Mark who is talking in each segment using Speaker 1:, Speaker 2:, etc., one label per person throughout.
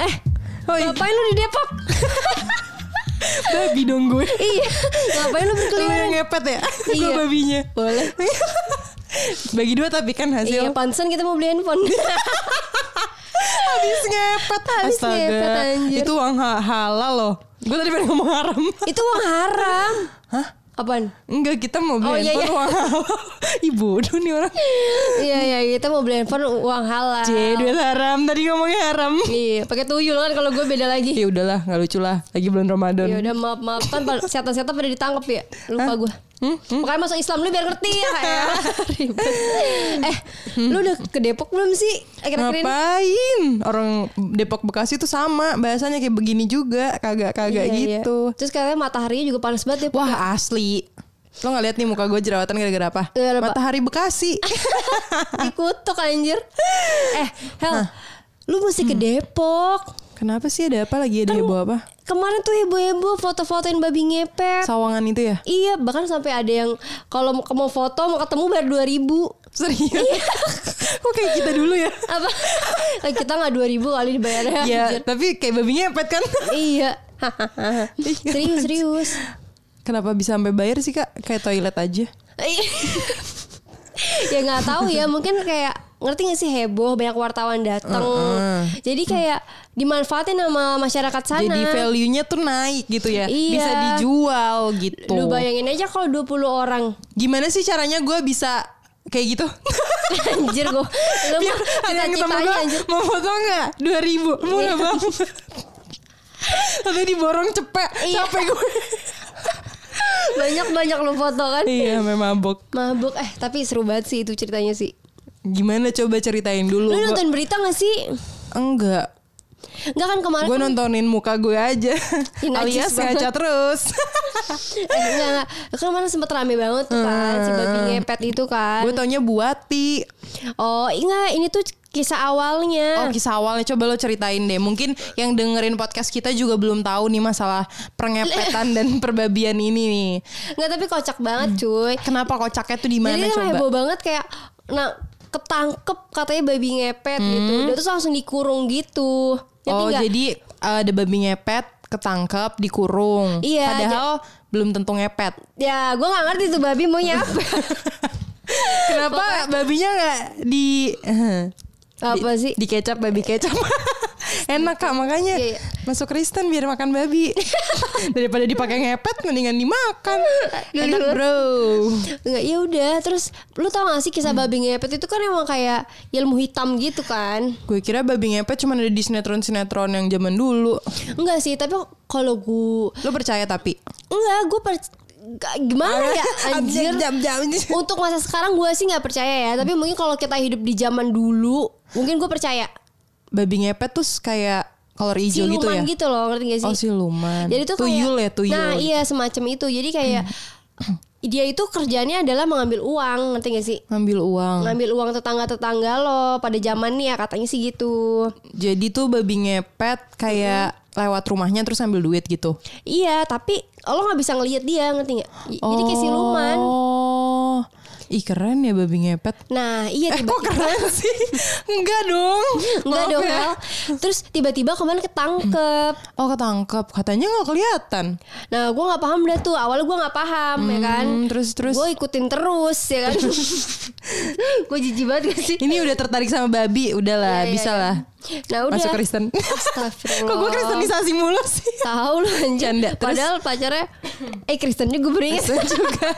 Speaker 1: Oi.
Speaker 2: Eh, Ngapain lu di Depok?
Speaker 1: iya. Babi dong gue.
Speaker 2: iya. Ngapain lu
Speaker 1: Lu yang
Speaker 2: berkeliling?
Speaker 1: ngepet ya? gue
Speaker 2: Iya.
Speaker 1: babinya.
Speaker 2: Boleh.
Speaker 1: Bagi dua tapi kan hasil
Speaker 2: Iya, pantesan kita mau beli handphone.
Speaker 1: habis ngepet.
Speaker 2: Habis ngepet, anjir.
Speaker 1: Itu uang ha- halal loh. Gue tadi pengen ngomong haram.
Speaker 2: Itu uang haram.
Speaker 1: Hah?
Speaker 2: Apaan?
Speaker 1: Enggak, kita mau beli
Speaker 2: Oh, iya,
Speaker 1: handphone
Speaker 2: iya.
Speaker 1: uang halal. Ibu, aduh nih orang.
Speaker 2: Iya, iya, kita mau beli handphone uang halal.
Speaker 1: C, duit haram. Tadi ngomongnya haram.
Speaker 2: Iya, pakai tuyul kan kalau gue beda lagi.
Speaker 1: Ya udahlah, nggak lucu lah. Lagi bulan Ramadan.
Speaker 2: Ya udah maaf maaf kan pa- setan-setan pada ditangkap ya. Lupa gue.
Speaker 1: Hmm?
Speaker 2: Makanya masuk Islam lu biar ngerti ya. ya. Ribet. eh, lu udah ke Depok belum sih? Akhir-akhir ini.
Speaker 1: Ngapain? Orang Depok Bekasi tuh sama bahasanya kayak begini juga, kagak-kagak
Speaker 2: Iya, iya.
Speaker 1: gitu.
Speaker 2: Terus katanya mataharinya juga panas banget ya.
Speaker 1: Wah asli. Lo nggak lihat nih muka gue jerawatan gara-gara apa?
Speaker 2: Gara-gara apa?
Speaker 1: Matahari Bekasi.
Speaker 2: Dikutuk anjir. Eh, Hel, lu mesti ke
Speaker 1: Hmm.
Speaker 2: Depok.
Speaker 1: Kenapa sih ada apa lagi ada heboh apa?
Speaker 2: Kemarin tuh heboh-heboh foto-fotoin babi ngepet.
Speaker 1: Sawangan itu ya?
Speaker 2: iya, bahkan sampai ada yang kalau mau- mau foto mau ketemu bayar 2000.
Speaker 1: Serius? Iya. Kok kayak kita dulu ya?
Speaker 2: Apa? Eh, kita nggak 2000 kali dibayarnya.
Speaker 1: ya,
Speaker 2: anjir.
Speaker 1: tapi kayak babi ngepet kan?
Speaker 2: iya. serius, serius.
Speaker 1: Kenapa bisa sampai bayar sih kak? Kayak toilet aja.
Speaker 2: ya nggak tahu ya mungkin kayak ngerti gak sih heboh banyak wartawan datang
Speaker 1: Heeh.
Speaker 2: jadi kayak dimanfaatin sama masyarakat sana
Speaker 1: Jadi value-nya tuh naik gitu ya.
Speaker 2: Iya.
Speaker 1: Bisa dijual gitu.
Speaker 2: lu bayangin aja kalau 20 orang
Speaker 1: Gimana sih caranya gue bisa kayak gitu?
Speaker 2: anjir gue lu
Speaker 1: Biar
Speaker 2: mah
Speaker 1: Iya, ada yang ketemu
Speaker 2: cita-citanya
Speaker 1: gue
Speaker 2: anjir Iya.
Speaker 1: mau foto nggak? Dua ribu, mau nggak bang? Tapi diborong cepet,
Speaker 2: Iya.
Speaker 1: capek gue.
Speaker 2: banyak banyak lu foto kan
Speaker 1: iya, memang mabok.
Speaker 2: mabuk eh tapi seru banget sih itu ceritanya sih
Speaker 1: Gimana coba ceritain dulu?
Speaker 2: lu
Speaker 1: Gua-
Speaker 2: nonton berita gak sih
Speaker 1: Enggak,
Speaker 2: Enggak kan kemarin
Speaker 1: gue
Speaker 2: kan-
Speaker 1: nontonin muka gue aja.
Speaker 2: Ih, najis
Speaker 1: Alias
Speaker 2: banget.
Speaker 1: ngaca terus.
Speaker 2: eh, enggak, enggak. kemarin sempet rame banget tuh kan si
Speaker 1: Hmm.
Speaker 2: babi ngepet itu kan
Speaker 1: gue taunya buati.
Speaker 2: oh enggak ini tuh kisah awalnya
Speaker 1: Oh kisah awalnya coba lo ceritain deh. Mungkin yang dengerin podcast kita juga belum tahu nih masalah pengepetan dan perbabian ini nih.
Speaker 2: Nggak tapi kocak banget
Speaker 1: Hmm.
Speaker 2: cuy
Speaker 1: Kenapa kocaknya tuh di
Speaker 2: Jadi
Speaker 1: mana
Speaker 2: dia
Speaker 1: coba?
Speaker 2: heboh banget kayak Nah ketangkep katanya babi ngepet gitu Dia tuh langsung dikurung gitu Ngerti
Speaker 1: Hmm. Oh
Speaker 2: nggak?
Speaker 1: jadi ada babi ngepet ketangkep dikurung.
Speaker 2: Iya,
Speaker 1: Padahal belum tentu ngepet.
Speaker 2: Ya gue gak ngerti tuh babi maunya apa
Speaker 1: Kenapa babinya nggak di
Speaker 2: Apa
Speaker 1: di-
Speaker 2: sih
Speaker 1: Di kecap babi kecap. Enak kak makanya
Speaker 3: Iya, iya.
Speaker 1: masuk Kristen biar makan babi daripada dipakai ngepet mendingan dimakan.
Speaker 2: Iya,
Speaker 1: Enak bro.
Speaker 2: Enggak ya udah Terus lu tau gak sih
Speaker 1: Hmm.
Speaker 2: kisah babi ngepet itu kan emang kayak ilmu hitam gitu kan
Speaker 1: Gue kira babi ngepet cuma ada di sinetron-sinetron yang zaman dulu.
Speaker 2: Enggak sih tapi kalau gue
Speaker 1: Lo percaya tapi?
Speaker 2: Enggak gue per... nggak- Gimana ya anjir
Speaker 1: Jam-jam.
Speaker 2: Untuk masa sekarang gue sih nggak percaya ya Tapi mungkin kalau kita hidup di zaman dulu Mungkin gue percaya
Speaker 1: Babi ngepet tuh kayak kolor hijau
Speaker 2: siluman
Speaker 1: gitu ya?
Speaker 2: loh ngerti gak sih
Speaker 1: Oh siluman.
Speaker 2: jadi tuh kayak-
Speaker 1: tuyul ya tuyul.
Speaker 2: nah iya semacam itu jadi kayak dia itu kerjanya adalah mengambil uang ngerti gak sih
Speaker 1: Ngambil uang.
Speaker 2: ngambil uang tetangga-tetangga lo pada zamannya katanya sih gitu
Speaker 1: Jadi tuh babi ngepet kayak
Speaker 2: Mm-hmm.
Speaker 1: lewat rumahnya terus ambil duit gitu.
Speaker 2: iya tapi lo nggak bisa ngelihat dia ngerti gak Y- jadi kayak siluman
Speaker 1: Oh. Ih keren ya babi ngepet.
Speaker 2: nah iya
Speaker 1: Eh kok
Speaker 2: tiba-tiba
Speaker 1: keren sih? Enggak dong.
Speaker 2: Enggak
Speaker 1: Maaf
Speaker 2: dong
Speaker 1: ya.
Speaker 2: Hel. Terus tiba-tiba kemarin ketangkep
Speaker 1: Oh ketangkep. Katanya nggak kelihatan.
Speaker 2: Nah gue gak paham dah tuh Awalnya gue gak paham ya kan
Speaker 1: Hmm, terus terus.
Speaker 2: Gue ikutin terus ya kan Gue jijik banget gak sih
Speaker 1: Ini udah tertarik sama babi,
Speaker 2: Iya,
Speaker 1: udahlah,
Speaker 2: iya,
Speaker 1: bisa
Speaker 2: iya.
Speaker 1: lah.
Speaker 2: Nah udah
Speaker 1: Masuk Kristen.
Speaker 2: Astagfirullah.
Speaker 1: Kok gue kristenisasi mulu sih?
Speaker 2: Tahu lu anjir.
Speaker 1: Canda, terus?
Speaker 2: Padahal pacarnya eh Kristennya gue beringat.
Speaker 1: Saya juga.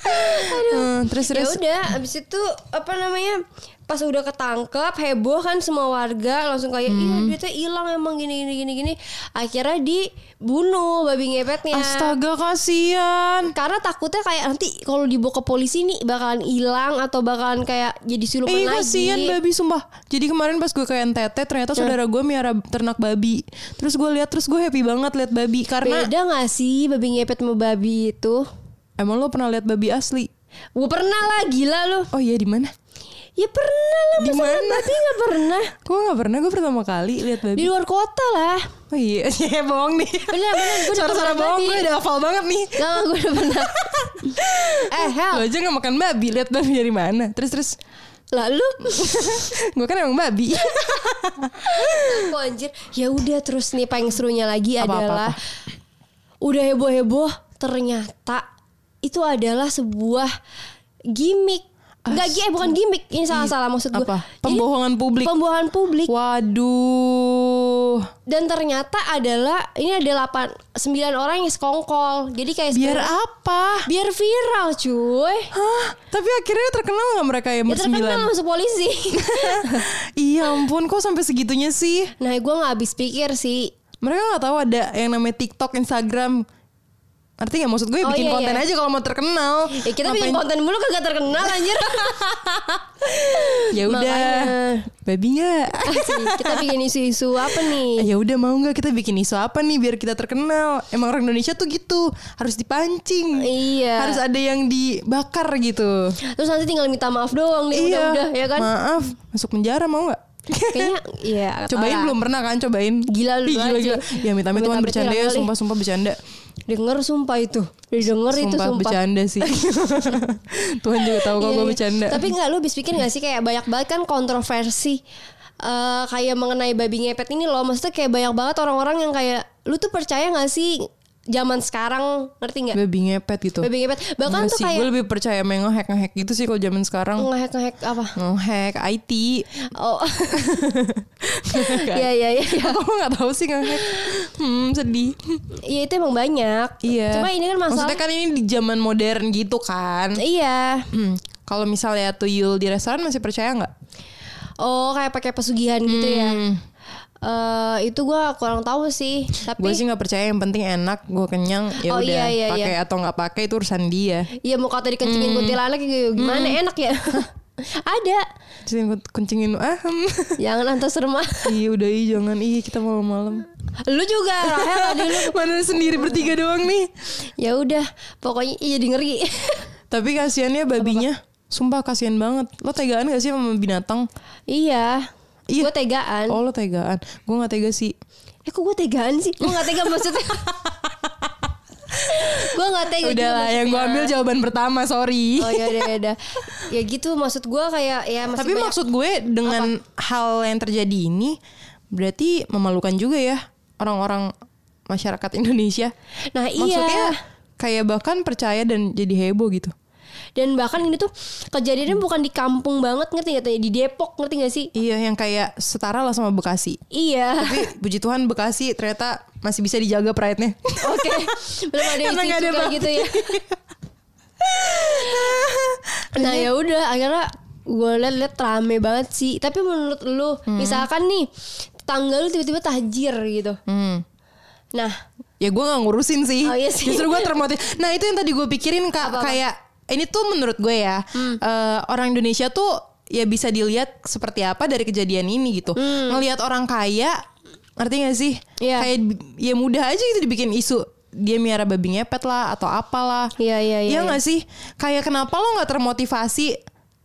Speaker 1: Hmm, terus
Speaker 2: ya
Speaker 1: terus.
Speaker 2: udah abis itu apa namanya pas udah ketangkep heboh kan semua warga langsung kayak iya
Speaker 1: Hmm.
Speaker 2: dia tuh hilang emang gini gini gini gini akhirnya dibunuh babi ngepetnya
Speaker 1: Astaga kasihan.
Speaker 2: karena takutnya kayak nanti kalau dibawa ke polisi nih bakalan hilang atau bakalan kayak jadi siluman
Speaker 1: Eh
Speaker 2: lagi
Speaker 1: kasihan babi sumpah Jadi kemarin pas gue ke NTT Ternyata saudara gue miara ternak babi Terus gue lihat Terus gue happy banget lihat babi Karena
Speaker 2: beda gak sih babi ngepet sama babi itu
Speaker 1: Emang lo pernah lihat babi asli?
Speaker 2: gue pernah lah gila lu
Speaker 1: Oh iya di mana?
Speaker 2: ya pernah lah
Speaker 1: Di
Speaker 2: masa liat
Speaker 1: mana?
Speaker 2: babi gak pernah
Speaker 1: Gue gak pernah Gue pertama kali lihat
Speaker 2: di
Speaker 1: babi
Speaker 2: luar kota lah
Speaker 1: Oh iya Iya bohong nih
Speaker 2: bener bener gue udah
Speaker 1: Suara-suara
Speaker 2: pernah
Speaker 1: bohong
Speaker 2: babi.
Speaker 1: Gue udah hafal banget nih
Speaker 2: Nggak, nggak, gue udah pernah eh hell
Speaker 1: Lo aja gak makan babi Lihat babi dari mana Terus terus
Speaker 2: lalu
Speaker 1: gue kan emang babi.
Speaker 2: aku anjir ya udah terus nih paling serunya lagi
Speaker 1: Apa, apa,
Speaker 2: adalah udah heboh heboh ternyata itu adalah sebuah gimmick nggak eh bukan gimmick ini salah salah maksud gue
Speaker 1: Apa? Pembohongan publik.
Speaker 2: pembohongan publik
Speaker 1: Waduh.
Speaker 2: dan ternyata adalah ini ada 8 9 orang yang sekongkol. Jadi kayak
Speaker 1: Biar
Speaker 2: sebenarnya-
Speaker 1: apa?
Speaker 2: biar viral cuy.
Speaker 1: Hah? Tapi akhirnya terkenal nggak mereka yang
Speaker 2: Ya
Speaker 1: bersembilan?
Speaker 2: terkenal masuk polisi.
Speaker 1: iya ampun, kok sampai segitunya sih?
Speaker 2: nah, gue nggak habis pikir sih.
Speaker 1: Mereka nggak tahu ada yang namanya TikTok, Instagram. Artinya nggak maksud gue
Speaker 2: Oh,
Speaker 1: bikin
Speaker 2: iya,
Speaker 1: konten
Speaker 2: iya.
Speaker 1: aja kalau mau terkenal.
Speaker 2: Ya kita bikin
Speaker 1: Ngapain-
Speaker 2: konten mulu kagak terkenal anjir.
Speaker 1: Ya udah.
Speaker 2: Makanya.
Speaker 1: Babi nggak?
Speaker 2: Asli, Ah, kita bikin isu-isu apa
Speaker 1: Eh,
Speaker 2: nih?
Speaker 1: "Ah, ya udah mau nggak kita bikin isu apa nih biar kita terkenal? Emang orang Indonesia tuh gitu harus dipancing.
Speaker 2: Iya.
Speaker 1: Harus ada yang dibakar gitu.
Speaker 2: Terus nanti tinggal minta maaf doang
Speaker 1: Iya.
Speaker 2: nih udah-udah ya kan.
Speaker 1: Maaf, masuk penjara mau nggak?
Speaker 2: Kayaknya iya. nggak tahu
Speaker 1: Cobain
Speaker 2: lah.
Speaker 1: belum pernah kan cobain?
Speaker 2: Gila lu
Speaker 1: Ih,
Speaker 2: aja.
Speaker 1: gila, gila. Ya minta amit Tuhan
Speaker 2: Amit-amit
Speaker 1: bercanda ya,
Speaker 2: hilang kali.
Speaker 1: sumpah sumpah bercanda.
Speaker 2: Denger sumpah itu. Denger itu
Speaker 1: Sumpah,
Speaker 2: sumpah.
Speaker 1: bercanda sih. Tuhan juga tahu kalau
Speaker 2: Iya,
Speaker 1: gue
Speaker 2: iya.
Speaker 1: bercanda.
Speaker 2: Tapi nggak lu habis pikir nggak sih kayak banyak banget kan kontroversi eh, kayak mengenai babi ngepet ini loh. Maksudnya kayak banyak banget orang-orang yang kayak lu tuh percaya nggak sih zaman sekarang ngerti nggak?
Speaker 1: babi ngepet gitu.
Speaker 2: Babi ngepet bahkan tuh
Speaker 1: Enggak sih, gue
Speaker 2: kayak
Speaker 1: lebih percaya main ngehack ngehack gitu sih kalau zaman sekarang.
Speaker 2: ngehack ngehack apa?
Speaker 1: Ngehack IT.
Speaker 2: Oh, ya ya ya. ya.
Speaker 1: Aku nggak tahu sih ngehack. Hmm, sedih.
Speaker 2: Ya itu emang banyak.
Speaker 1: Iya.
Speaker 2: Cuma ini kan masalah.
Speaker 1: Maksudnya kan ini di zaman modern gitu kan.
Speaker 2: Iya.
Speaker 1: Hmm, Kalau misalnya tuyul di restoran masih percaya nggak?
Speaker 2: Oh kayak pakai pesugihan gitu ya.
Speaker 1: Hmm.
Speaker 2: Eh itu gua kurang tahu sih. Tapi
Speaker 1: Gue sih nggak percaya. Yang penting enak, gue kenyang. Ya
Speaker 2: Oh,
Speaker 1: udah
Speaker 2: iya, iya,
Speaker 1: pakai atau nggak pakai itu urusan dia.
Speaker 2: Iya mau kata
Speaker 1: Hmm.
Speaker 2: dikencingin kuntilanak gitu gimana enak ya? Ada.
Speaker 1: Kuncingin, kuncingin ah. hmm.
Speaker 2: Jangan antas rumah.
Speaker 1: Iya udah iya jangan iya kita malam-malam.
Speaker 2: Lu juga Rahel tadi lu.
Speaker 1: Mana sendiri bertiga doang nih.
Speaker 2: Ya udah, pokoknya iya jadi ngeri.
Speaker 1: Tapi kasihannya babinya. Sumpah kasihan banget. Lo tegaan gak sih sama binatang?
Speaker 2: iya.
Speaker 1: Iya.
Speaker 2: Gue tegaan.
Speaker 1: Oh lo tegaan. Gue gak tega sih.
Speaker 2: Eh kok gue tegaan sih? Gue gak tega maksudnya. gue gak tega. juga
Speaker 1: Ya Udah lah yang gue
Speaker 2: maksudnya.
Speaker 1: ambil jawaban pertama sorry.
Speaker 2: Oh ya udah ya udah. Ya gitu maksud gue kayak ya masih
Speaker 1: Tapi
Speaker 2: banyak-
Speaker 1: iya, maksud gue dengan hal yang terjadi ini berarti memalukan juga ya orang-orang masyarakat Indonesia.
Speaker 2: Nah
Speaker 1: Maksudnya
Speaker 2: iya.
Speaker 1: kayak bahkan percaya dan jadi heboh gitu.
Speaker 2: Dan bahkan ini tuh kejadiannya bukan di kampung banget ngerti gak? Di Depok ngerti gak sih?
Speaker 1: Iya yang kayak setara lah sama Bekasi.
Speaker 2: Iya.
Speaker 1: Tapi puji Tuhan Bekasi ternyata masih bisa dijaga pride-nya.
Speaker 2: Oke. Belum ada yang
Speaker 1: Karena nggak ada
Speaker 2: cuci-cuci
Speaker 1: babi.
Speaker 2: gitu ya. nah ya udah akhirnya gue liat-liat rame banget sih. Tapi menurut lu, misalkan nih tetangga lu tiba-tiba tahjir gitu.
Speaker 1: Hmm.
Speaker 2: Nah,
Speaker 1: ya gue nggak ngurusin sih.
Speaker 2: Oh, iya sih.
Speaker 1: Justru gue termotiv. Nah itu yang tadi gue pikirin kak kayak ini tuh menurut gue ya
Speaker 2: Hmm.
Speaker 1: eh, orang Indonesia tuh ya bisa dilihat seperti apa dari kejadian ini gitu. Ngelihat orang kaya, ngerti gak sih?
Speaker 2: Hmm. Iya.
Speaker 1: Kayak bi- ya mudah aja gitu dibikin isu dia miara babi ngepet lah atau apalah.
Speaker 2: Iya, iya, iya,
Speaker 1: Iya nggak sih? Kayak kenapa lo nggak termotivasi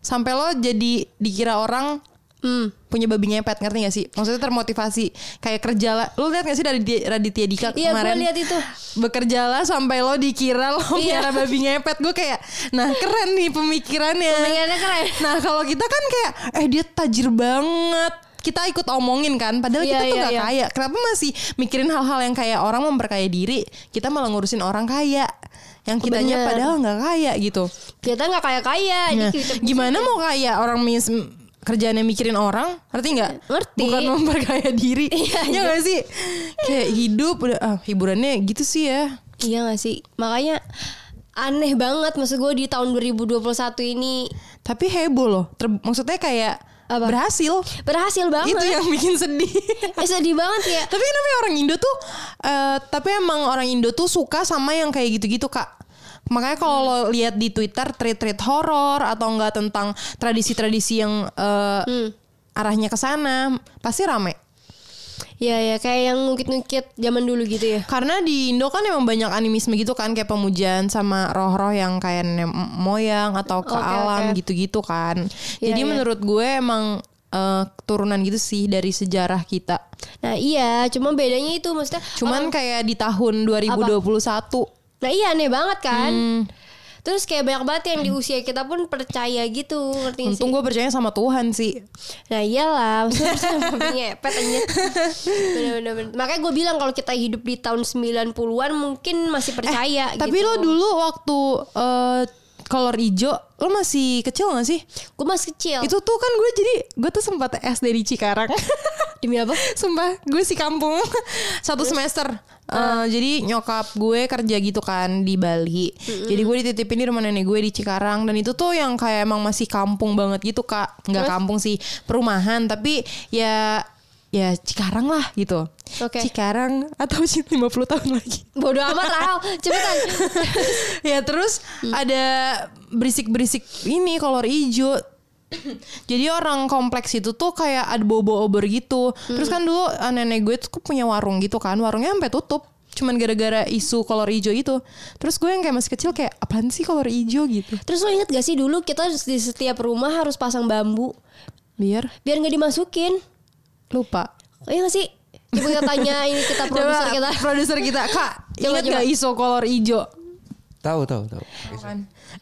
Speaker 1: sampai lo jadi dikira orang
Speaker 2: hmm.
Speaker 1: punya babi ngepet ngerti gak sih? Maksudnya termotivasi kayak kerja lah. Lo lihat gak sih dari Di- Raditya Dika
Speaker 2: Iya gue
Speaker 1: kemarin?
Speaker 2: lihat itu.
Speaker 1: bekerjalah sampai lo dikira lo
Speaker 2: Iya.
Speaker 1: miara babi ngepet gue kayak nah keren nih pemikirannya
Speaker 2: Pengennya keren.
Speaker 1: nah kalau kita kan kayak eh dia tajir banget kita ikut omongin kan padahal
Speaker 2: Iya,
Speaker 1: kita tuh
Speaker 2: iya,
Speaker 1: nggak
Speaker 2: iya.
Speaker 1: kaya kenapa masih mikirin hal-hal yang kayak orang memperkaya diri kita malah ngurusin orang kaya yang
Speaker 2: Bener.
Speaker 1: kitanya
Speaker 2: Iya,
Speaker 1: padahal nggak kaya gitu
Speaker 2: Kita nggak kaya-kaya.
Speaker 1: Nah,
Speaker 2: dikit.
Speaker 1: gimana mau kaya orang mis kerjaannya mikirin orang ngerti nggak
Speaker 2: Iya, Ngerti. Iya,
Speaker 1: bukan memperkaya diri ya nggak sih kayak hidup udah ah, hiburannya gitu sih ya
Speaker 2: Iya gak sih? Makanya aneh banget maksud gue di tahun 2021 ini
Speaker 1: Tapi heboh loh. Ter- maksudnya kayak
Speaker 2: Apa?
Speaker 1: berhasil.
Speaker 2: berhasil banget.
Speaker 1: Itu yang bikin sedih.
Speaker 2: Eh, sedih banget ya.
Speaker 1: tapi kenapa ya orang Indo tuh eh, tapi emang orang Indo tuh suka sama yang kayak gitu-gitu, Kak. Makanya kalau lo lihat di Twitter tweet-tweet horor atau enggak tentang tradisi-tradisi yang eh,
Speaker 2: Hmm.
Speaker 1: arahnya ke sana, pasti rame.
Speaker 2: Iya ya kayak yang ngukit-ngukit zaman dulu gitu ya.
Speaker 1: Karena di Indo kan emang banyak animisme gitu kan kayak pemujaan sama roh-roh yang kayak nenek moyang atau
Speaker 2: Oke,
Speaker 1: ke alam
Speaker 2: oke.
Speaker 1: gitu-gitu kan.
Speaker 2: Iya,
Speaker 1: Jadi
Speaker 2: iya.
Speaker 1: menurut gue emang eh, keturunan gitu sih dari sejarah kita.
Speaker 2: Nah iya, cuma bedanya itu maksudnya. oh,
Speaker 1: Cuman kayak di tahun 2021 Hmm.
Speaker 2: Nah iya aneh banget kan. Terus kayak banyak banget yang di usia kita pun percaya gitu, ngerti nggak sih?
Speaker 1: Untung gue percaya sama Tuhan sih.
Speaker 2: Nah iyalah, maksudnya percaya sama babi ngepet aja. Bener-bener. bener. Makanya gue bilang kalau kita hidup di tahun 90-an mungkin masih percaya
Speaker 1: Eh, Tapi
Speaker 2: gitu.
Speaker 1: lo dulu waktu eh, kolor hijau, lo masih kecil gak sih?
Speaker 2: Gue masih kecil.
Speaker 1: Itu tuh kan gue jadi gue tuh sempat SD di Cikarang.
Speaker 2: Demi apa?
Speaker 1: Sumpah, gue si kampung satu semester. Eh,
Speaker 2: Ah.
Speaker 1: jadi nyokap gue kerja gitu kan di Bali. Jadi gue dititipin di rumah nenek gue di Cikarang dan itu tuh yang kayak emang masih kampung banget gitu kak. Nggak kampung sih, perumahan tapi ya ya Cikarang lah gitu.
Speaker 2: Oke.
Speaker 1: Cikarang atau 50 tahun lagi.
Speaker 2: Bodoh amat Rahel, cepetan.
Speaker 1: ya terus ada berisik-berisik ini kolor hijau. Jadi orang kompleks itu tuh kayak ada bobo obor gitu. Terus kan dulu eh, nenek gue tuh punya warung gitu kan. Warungnya sampai tutup. Cuman gara-gara isu kolor hijau itu. Terus gue yang kayak masih kecil kayak apaan sih kolor hijau gitu.
Speaker 2: Terus lo inget gak sih dulu kita di setiap rumah harus pasang bambu
Speaker 1: Biar
Speaker 2: biar nggak dimasukin?
Speaker 1: lupa.
Speaker 2: Iya gak sih? Coba kita tanya ini kita produser kita.
Speaker 1: produser kita, Kak,
Speaker 2: Coba,
Speaker 1: ingat
Speaker 2: coba.
Speaker 1: gak isu kolor hijau?
Speaker 3: Tahu tahu tahu.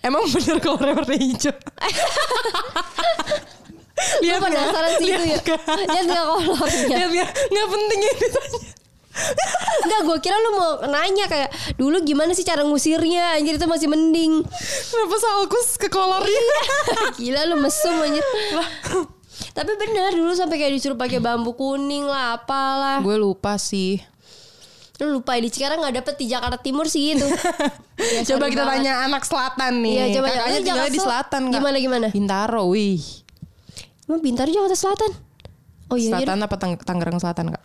Speaker 1: Emang bener kolornya warna hijau?
Speaker 2: Gue
Speaker 1: Lihat nggak?
Speaker 2: penasaran sih itu ya.
Speaker 1: Lihat nggak?
Speaker 2: Lihat gak kolornya?
Speaker 1: Lihat nggak? Nggak penting ini tanya.
Speaker 2: Enggak, gue kira lu mau nanya kayak dulu gimana sih cara ngusirnya? Anjir itu masih mending.
Speaker 1: Kenapa salkus ke kolornya?
Speaker 2: Iya. Gila lu mesum anjir. Tapi bener dulu sampai kayak disuruh pakai bambu kuning lah apalah.
Speaker 1: Gue lupa sih.
Speaker 2: Lu lupa di Cikarang nggak dapet di Jakarta Timur sih itu. Iya,
Speaker 1: coba
Speaker 2: sorry
Speaker 1: kita
Speaker 2: banget.
Speaker 1: tanya anak selatan nih.
Speaker 2: Iya, coba tanya.
Speaker 1: Kakaknya
Speaker 2: Lu
Speaker 1: tinggal
Speaker 2: Jakarta
Speaker 1: di
Speaker 2: Sel-
Speaker 1: selatan Kak.
Speaker 2: gimana, gimana?
Speaker 1: Bintaro, wih.
Speaker 2: Emang Bintaro Jakarta Selatan. Oh iya.
Speaker 1: selatan apa Tang- Tangerang Selatan, Kak?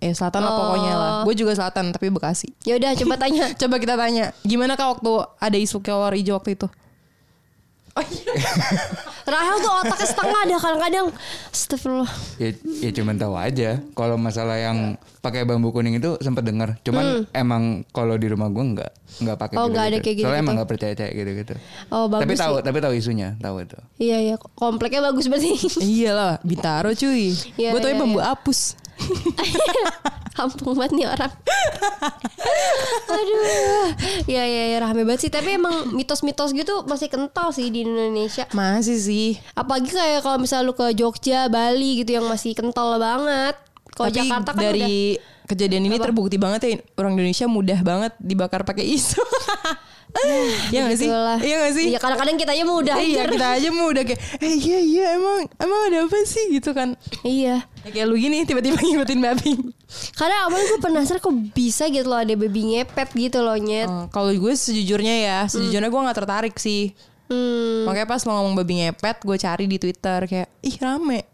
Speaker 1: Eh, selatan lah pokoknya lah.
Speaker 2: Oh.
Speaker 1: Gue juga selatan, tapi Bekasi.
Speaker 2: Ya udah coba tanya.
Speaker 1: Coba kita tanya, gimana Kak waktu ada isu kolor hijau waktu itu?
Speaker 2: Oh, iya. Rahel tuh otaknya setengah dah kadang-kadang. Astagfirullah.
Speaker 3: Ya, ya cuman tahu aja. Kalau masalah yang pakai bambu kuning itu sempat dengar. Cuman emang kalau di rumah gue nggak nggak pakai.
Speaker 2: Hmm. Oh,
Speaker 3: gitu
Speaker 2: nggak ada kayak gitu-gitu.
Speaker 3: Soalnya emang nggak percaya percaya gitu gitu.
Speaker 2: Oh,
Speaker 3: tapi
Speaker 2: bagus
Speaker 3: tahu tapi tahu isunya tahu itu.
Speaker 2: Iya iya, kompleknya bagus berarti.
Speaker 1: iya lah, Bintaro cuy.
Speaker 2: Iya,
Speaker 1: gue tuh
Speaker 2: iya,
Speaker 1: bambu
Speaker 2: iya.
Speaker 1: apus.
Speaker 2: Kampung banget nih orang. Aduh. Ya ya ya rame banget sih, tapi emang mitos-mitos gitu masih kental sih di Indonesia.
Speaker 1: Masih sih.
Speaker 2: Apalagi kayak kalau misalnya lu ke Jogja, Bali gitu yang masih kental banget. Kalau
Speaker 1: Tapi
Speaker 2: Jakarta kan udah
Speaker 1: dari kejadian ini terbukti banget ya orang Indonesia mudah banget dibakar pakai isu. Iya gak sih?
Speaker 2: gitulah.
Speaker 1: Iya gak sih?
Speaker 2: Iya, kadang-kadang kitanya mau udah.
Speaker 1: Eh, iya kita aja mau udah kayak eh iya iya emang emang ada apa sih gitu kan
Speaker 2: iya.
Speaker 1: Ya, kayak lu gini tiba-tiba ngikutin Mbak Pink.
Speaker 2: Karena awalnya gue penasaran kok bisa gitu loh ada baby ngepet gitu loh nyet.
Speaker 1: Eh, kalau gue sejujurnya ya sejujurnya gue nggak tertarik sih
Speaker 2: Hmm.
Speaker 1: makanya pas lo ngomong babi ngepet gue cari di Twitter kayak ih rame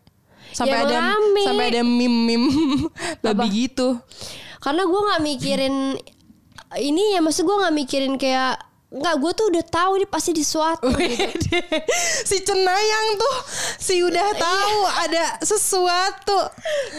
Speaker 2: Ya,
Speaker 1: sampai ada
Speaker 2: rame.
Speaker 1: sampai ada meme meme babi gitu
Speaker 2: karena gue nggak mikirin ini ya maksud gue nggak mikirin kayak nggak gue tuh udah tahu nih pasti di suatu gitu.
Speaker 1: Wede. si cenayang tuh si udah
Speaker 2: Iya.
Speaker 1: tahu ada sesuatu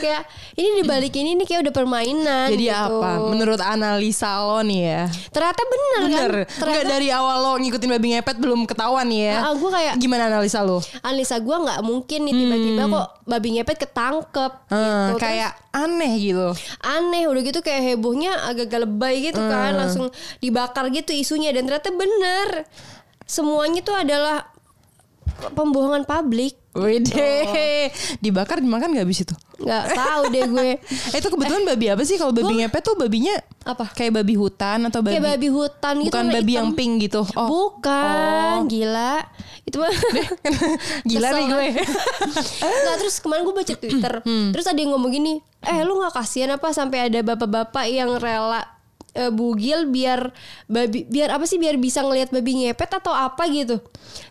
Speaker 2: kayak ini dibalik ini nih kayak udah permainan gitu.
Speaker 1: jadi apa menurut analisa lo nih ya
Speaker 2: ternyata bener,
Speaker 1: bener
Speaker 2: kan
Speaker 1: nggak
Speaker 2: ternyata
Speaker 1: dari awal lo ngikutin babi ngepet belum ketahuan ya
Speaker 2: Ah, gua kayak- Gitu,
Speaker 1: gimana analisa lo
Speaker 2: analisa gue nggak mungkin nih tiba-tiba kok babi ngepet ketangkep gitu.
Speaker 1: Eh, Hmm. kayak aneh gitu
Speaker 2: aneh udah gitu kayak hebohnya agak galebay gitu kan langsung dibakar gitu isunya dan ternyata bener semuanya tuh adalah pembohongan publik
Speaker 1: Wede Gitu. dibakar dimakan nggak habis itu
Speaker 2: nggak tahu deh gue
Speaker 1: Eh, itu kebetulan babi apa sih kalau babi ngepet tuh babinya
Speaker 2: Apa?
Speaker 1: kayak babi hutan atau babi,
Speaker 2: kayak babi hutan gitu
Speaker 1: bukan
Speaker 2: warna
Speaker 1: babi
Speaker 2: hitam.
Speaker 1: yang pink gitu oh
Speaker 2: bukan gila itu mah
Speaker 1: gila
Speaker 2: Kesel
Speaker 1: nih gue Hmm.
Speaker 2: Nggak, terus kemarin gue baca twitter terus ada yang ngomong gini eh lu nggak kasihan apa sampai ada bapak-bapak yang rela eh, bugil biar babi biar apa sih biar bisa ngelihat babi ngepet atau apa gitu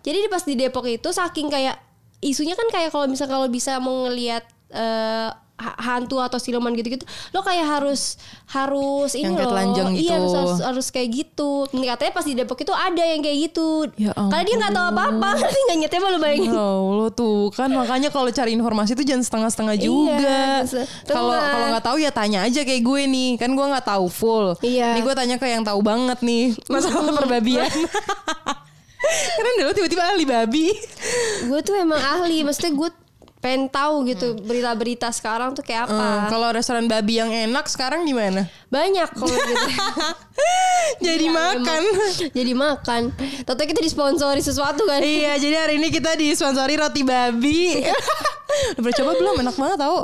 Speaker 2: jadi di- pas di Depok itu saking kayak isunya kan kayak kalau misal kalau bisa mau ngelihat eh, ha- hantu atau siluman gitu-gitu lo kayak harus harus ini
Speaker 1: Yang kayak
Speaker 2: loh
Speaker 1: telanjang
Speaker 2: iya
Speaker 1: gitu.
Speaker 2: harus, harus harus kayak gitu Nih, katanya pas di Depok itu ada yang kayak gitu
Speaker 1: Ya
Speaker 2: karena dia nggak tahu apa-apa ngerti nggak nyetir malu bayangin
Speaker 1: Ya Allah tuh kan makanya kalau cari informasi tuh jangan setengah-setengah juga.
Speaker 2: Iya, jangan setengah.
Speaker 1: Kalau kalau nggak tahu ya tanya aja kayak gue nih, kan gue nggak tahu full.
Speaker 2: Iya.
Speaker 1: Ini gue tanya ke yang tahu banget nih masalah perbabian. Karena dulu tiba-tiba ahli babi.
Speaker 2: gue tuh emang ahli maksudnya gue pengen tahu gitu berita-berita sekarang tuh kayak apa
Speaker 1: Hmm, kalau restoran babi yang enak sekarang gimana?
Speaker 2: banyak kalau gitu Iya,
Speaker 1: Jadi makan.
Speaker 2: jadi makan Tahu kita disponsori sesuatu kan
Speaker 1: iya, jadi hari ini kita disponsori roti babi. Udah pernah coba belum? Enak banget tau.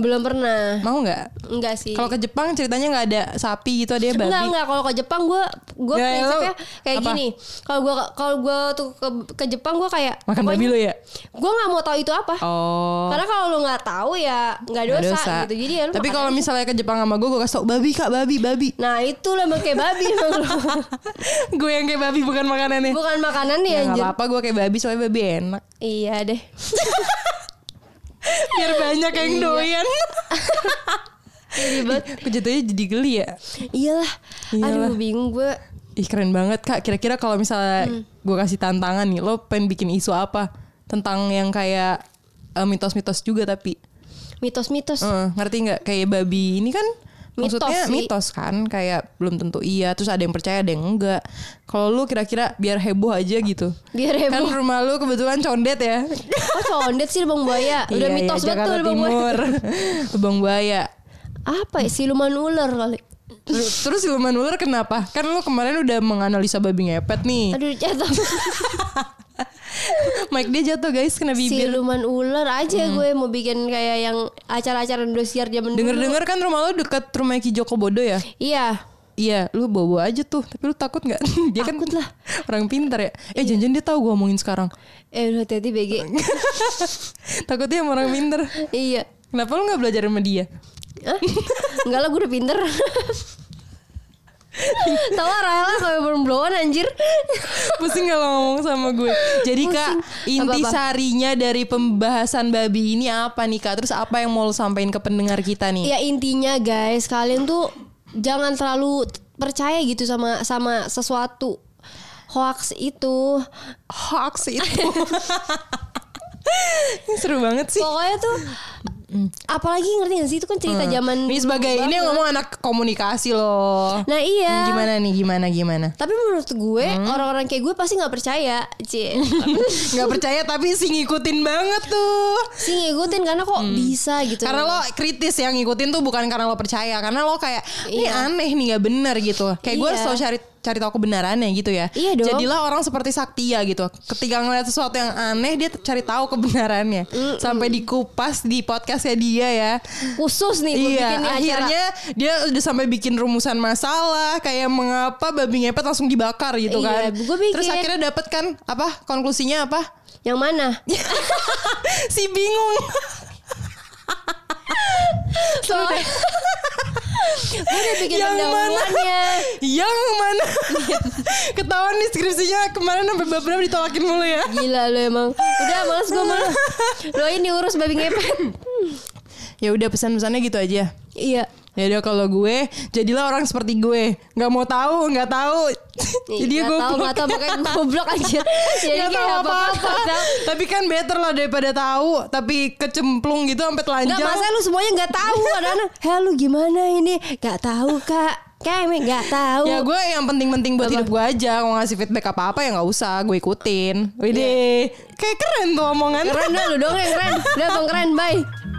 Speaker 2: belum pernah
Speaker 1: Mau nggak?
Speaker 2: enggak sih
Speaker 1: Kalau ke Jepang ceritanya nggak ada sapi gitu, ada babi.
Speaker 2: Enggak enggak kalau ke Jepang gue gue
Speaker 1: Ya,
Speaker 2: prinsipnya
Speaker 1: lo-
Speaker 2: kayak
Speaker 1: apa?
Speaker 2: gini. Kalau gue kalau gue tuh ke, ke Jepang gue kayak
Speaker 1: Makan babi lo ya?
Speaker 2: Gue nggak mau tahu itu apa.
Speaker 1: Oh.
Speaker 2: Karena kalau lo nggak tahu ya nggak
Speaker 1: nggak
Speaker 2: dosa, gitu. Jadi ya lo
Speaker 1: Tapi
Speaker 2: makan
Speaker 1: kalau
Speaker 2: aja.
Speaker 1: misalnya ke Jepang sama gue, gue kasih tau babi kak, babi, babi.
Speaker 2: Nah itu lah emang kayak babi emang lo.
Speaker 1: gue yang kayak babi bukan makanannya.
Speaker 2: Bukan makanan ya,
Speaker 1: Ya nggak
Speaker 2: anjir.
Speaker 1: apa-apa gue kayak babi soalnya babi enak.
Speaker 2: Iya deh
Speaker 1: Biar banyak yang
Speaker 2: Iya.
Speaker 1: doyan.
Speaker 2: Ribet
Speaker 1: Gue jatuhnya jadi geli ya.
Speaker 2: Iyalah
Speaker 1: Iyalah.
Speaker 2: Aduh bingung gue
Speaker 1: Ih keren banget kak. Kira-kira kalau misalnya
Speaker 2: Hmm.
Speaker 1: gue kasih tantangan nih, lo pengen bikin isu apa tentang yang kayak eh, mitos-mitos juga tapi
Speaker 2: Mitos-mitos
Speaker 1: Eh, ngerti nggak kayak babi ini kan
Speaker 2: Mitos
Speaker 1: maksudnya
Speaker 2: sih.
Speaker 1: mitos kan kayak belum tentu iya terus ada yang percaya ada yang enggak kalau lu kira-kira biar heboh aja gitu
Speaker 2: Biar
Speaker 1: kan
Speaker 2: heboh
Speaker 1: rumah lu kebetulan condet ya
Speaker 2: Oh condet sih Bang Buaya Udah
Speaker 1: Iya, iya,
Speaker 2: mitos
Speaker 1: Jakarta
Speaker 2: betul Bang Buaya
Speaker 1: Timur Bang Buaya
Speaker 2: Apa ya siluman ular kali
Speaker 1: Lu- terus siluman ular kenapa kan lu kemarin udah menganalisa babi ngepet nih
Speaker 2: Aduh jatuh
Speaker 1: Mike dia jatuh guys kena bibir Hmm.
Speaker 2: Siluman ular aja gue mau bikin kayak yang acara-acara Indosiar zaman dulu.
Speaker 1: Dengar-dengar kan rumah lu deket rumah Ki Joko Bodo ya?
Speaker 2: Iya.
Speaker 1: Iya, lu bawa aja tuh. Tapi lu takut nggak? dia kan
Speaker 2: Takut lah.
Speaker 1: orang pintar ya. Eh, janjian dia tahu gua omongin sekarang.
Speaker 2: Eh udah hati-hati BG.
Speaker 1: Takutnya sama orang pinter.
Speaker 2: iya.
Speaker 1: Kenapa lu nggak belajar sama dia?
Speaker 2: Hah? Enggak lah gue udah pinter. Tahu Raela kalau belum blow on anjir.
Speaker 1: Pusing kalau ngomong sama gue. Jadi kak,
Speaker 2: Pusing.
Speaker 1: inti
Speaker 2: Apa-apa.
Speaker 1: sarinya dari pembahasan babi ini apa nih kak? Terus apa yang mau lu sampaikan ke pendengar kita nih?
Speaker 2: ya intinya guys, kalian tuh jangan terlalu t- percaya gitu sama sama sesuatu hoax itu.
Speaker 1: Hoax itu. Ini Seru banget sih.
Speaker 2: Pokoknya tuh apalagi ngerti gak sih itu kan cerita zaman
Speaker 1: Hmm. Ini sebagai ini yang ngomong anak komunikasi loh.
Speaker 2: Nah iya.
Speaker 1: Hmm, Gimana Hmm. nih? Gimana? Gimana?
Speaker 2: Tapi menurut gue orang-orang kayak gue pasti nggak percaya, Cie.
Speaker 1: nggak percaya tapi sih ngikutin banget tuh
Speaker 2: sih ngikutin karena kok bisa gitu.
Speaker 1: Hmm. karena lo kritis ya ngikutin tuh bukan karena lo percaya karena lo kayak ini
Speaker 2: Iya.
Speaker 1: aneh nih nggak bener gitu kayak gue
Speaker 2: Iya.
Speaker 1: harus tahu cari cari tahu kebenarannya gitu ya
Speaker 2: Iya dong.
Speaker 1: jadilah orang seperti Saktia gitu ketika ngeliat sesuatu yang aneh dia cari tahu kebenarannya sampai dikupas di podcastnya dia ya
Speaker 2: khusus nih gue bikin nih
Speaker 1: Iya,
Speaker 2: acara.
Speaker 1: akhirnya dia udah sampai bikin rumusan masalah kayak mengapa babi ngepet langsung dibakar gitu
Speaker 2: Iya,
Speaker 1: kan.
Speaker 2: gue bikin.
Speaker 1: Terus akhirnya dapet kan apa konklusinya apa?
Speaker 2: Yang mana?
Speaker 1: si bingung.
Speaker 2: Soalnya gue udah bikin
Speaker 1: Yang mana?
Speaker 2: pendahuluannya.
Speaker 1: Yang mana? Ketahuan nih skripsinya kemarin sampai beberapa ditolakin mulu ya.
Speaker 2: Gila lo emang. Udah males gue males. Lo ini urus babi ngepet.
Speaker 1: Ya udah pesan-pesannya gitu aja.
Speaker 2: iya.
Speaker 1: Ya udah kalau gue jadilah orang seperti gue, nggak mau tahu, nggak tahu. Jadi
Speaker 2: Nggak
Speaker 1: gue
Speaker 2: tahu nggak tahu makanya gue goblok aja. Jadi
Speaker 1: Nggak
Speaker 2: kayak
Speaker 1: tahu
Speaker 2: apa
Speaker 1: apa-apa. Tapi kan better lah daripada tahu tapi kecemplung gitu sampai
Speaker 2: Enggak
Speaker 1: telanjang.
Speaker 2: masa lu semuanya nggak tahu anak-anak. Heh lu gimana ini? Nggak tahu kak. Kayak emang nggak tahu.
Speaker 1: Ya gue yang penting-penting buat hidup gue aja Kalau ngasih feedback apa-apa ya gak usah Gue ikutin Wede Kayak Iya. keren tuh omongan
Speaker 2: Keren dah lu dong yang keren. Udah bang keren bye.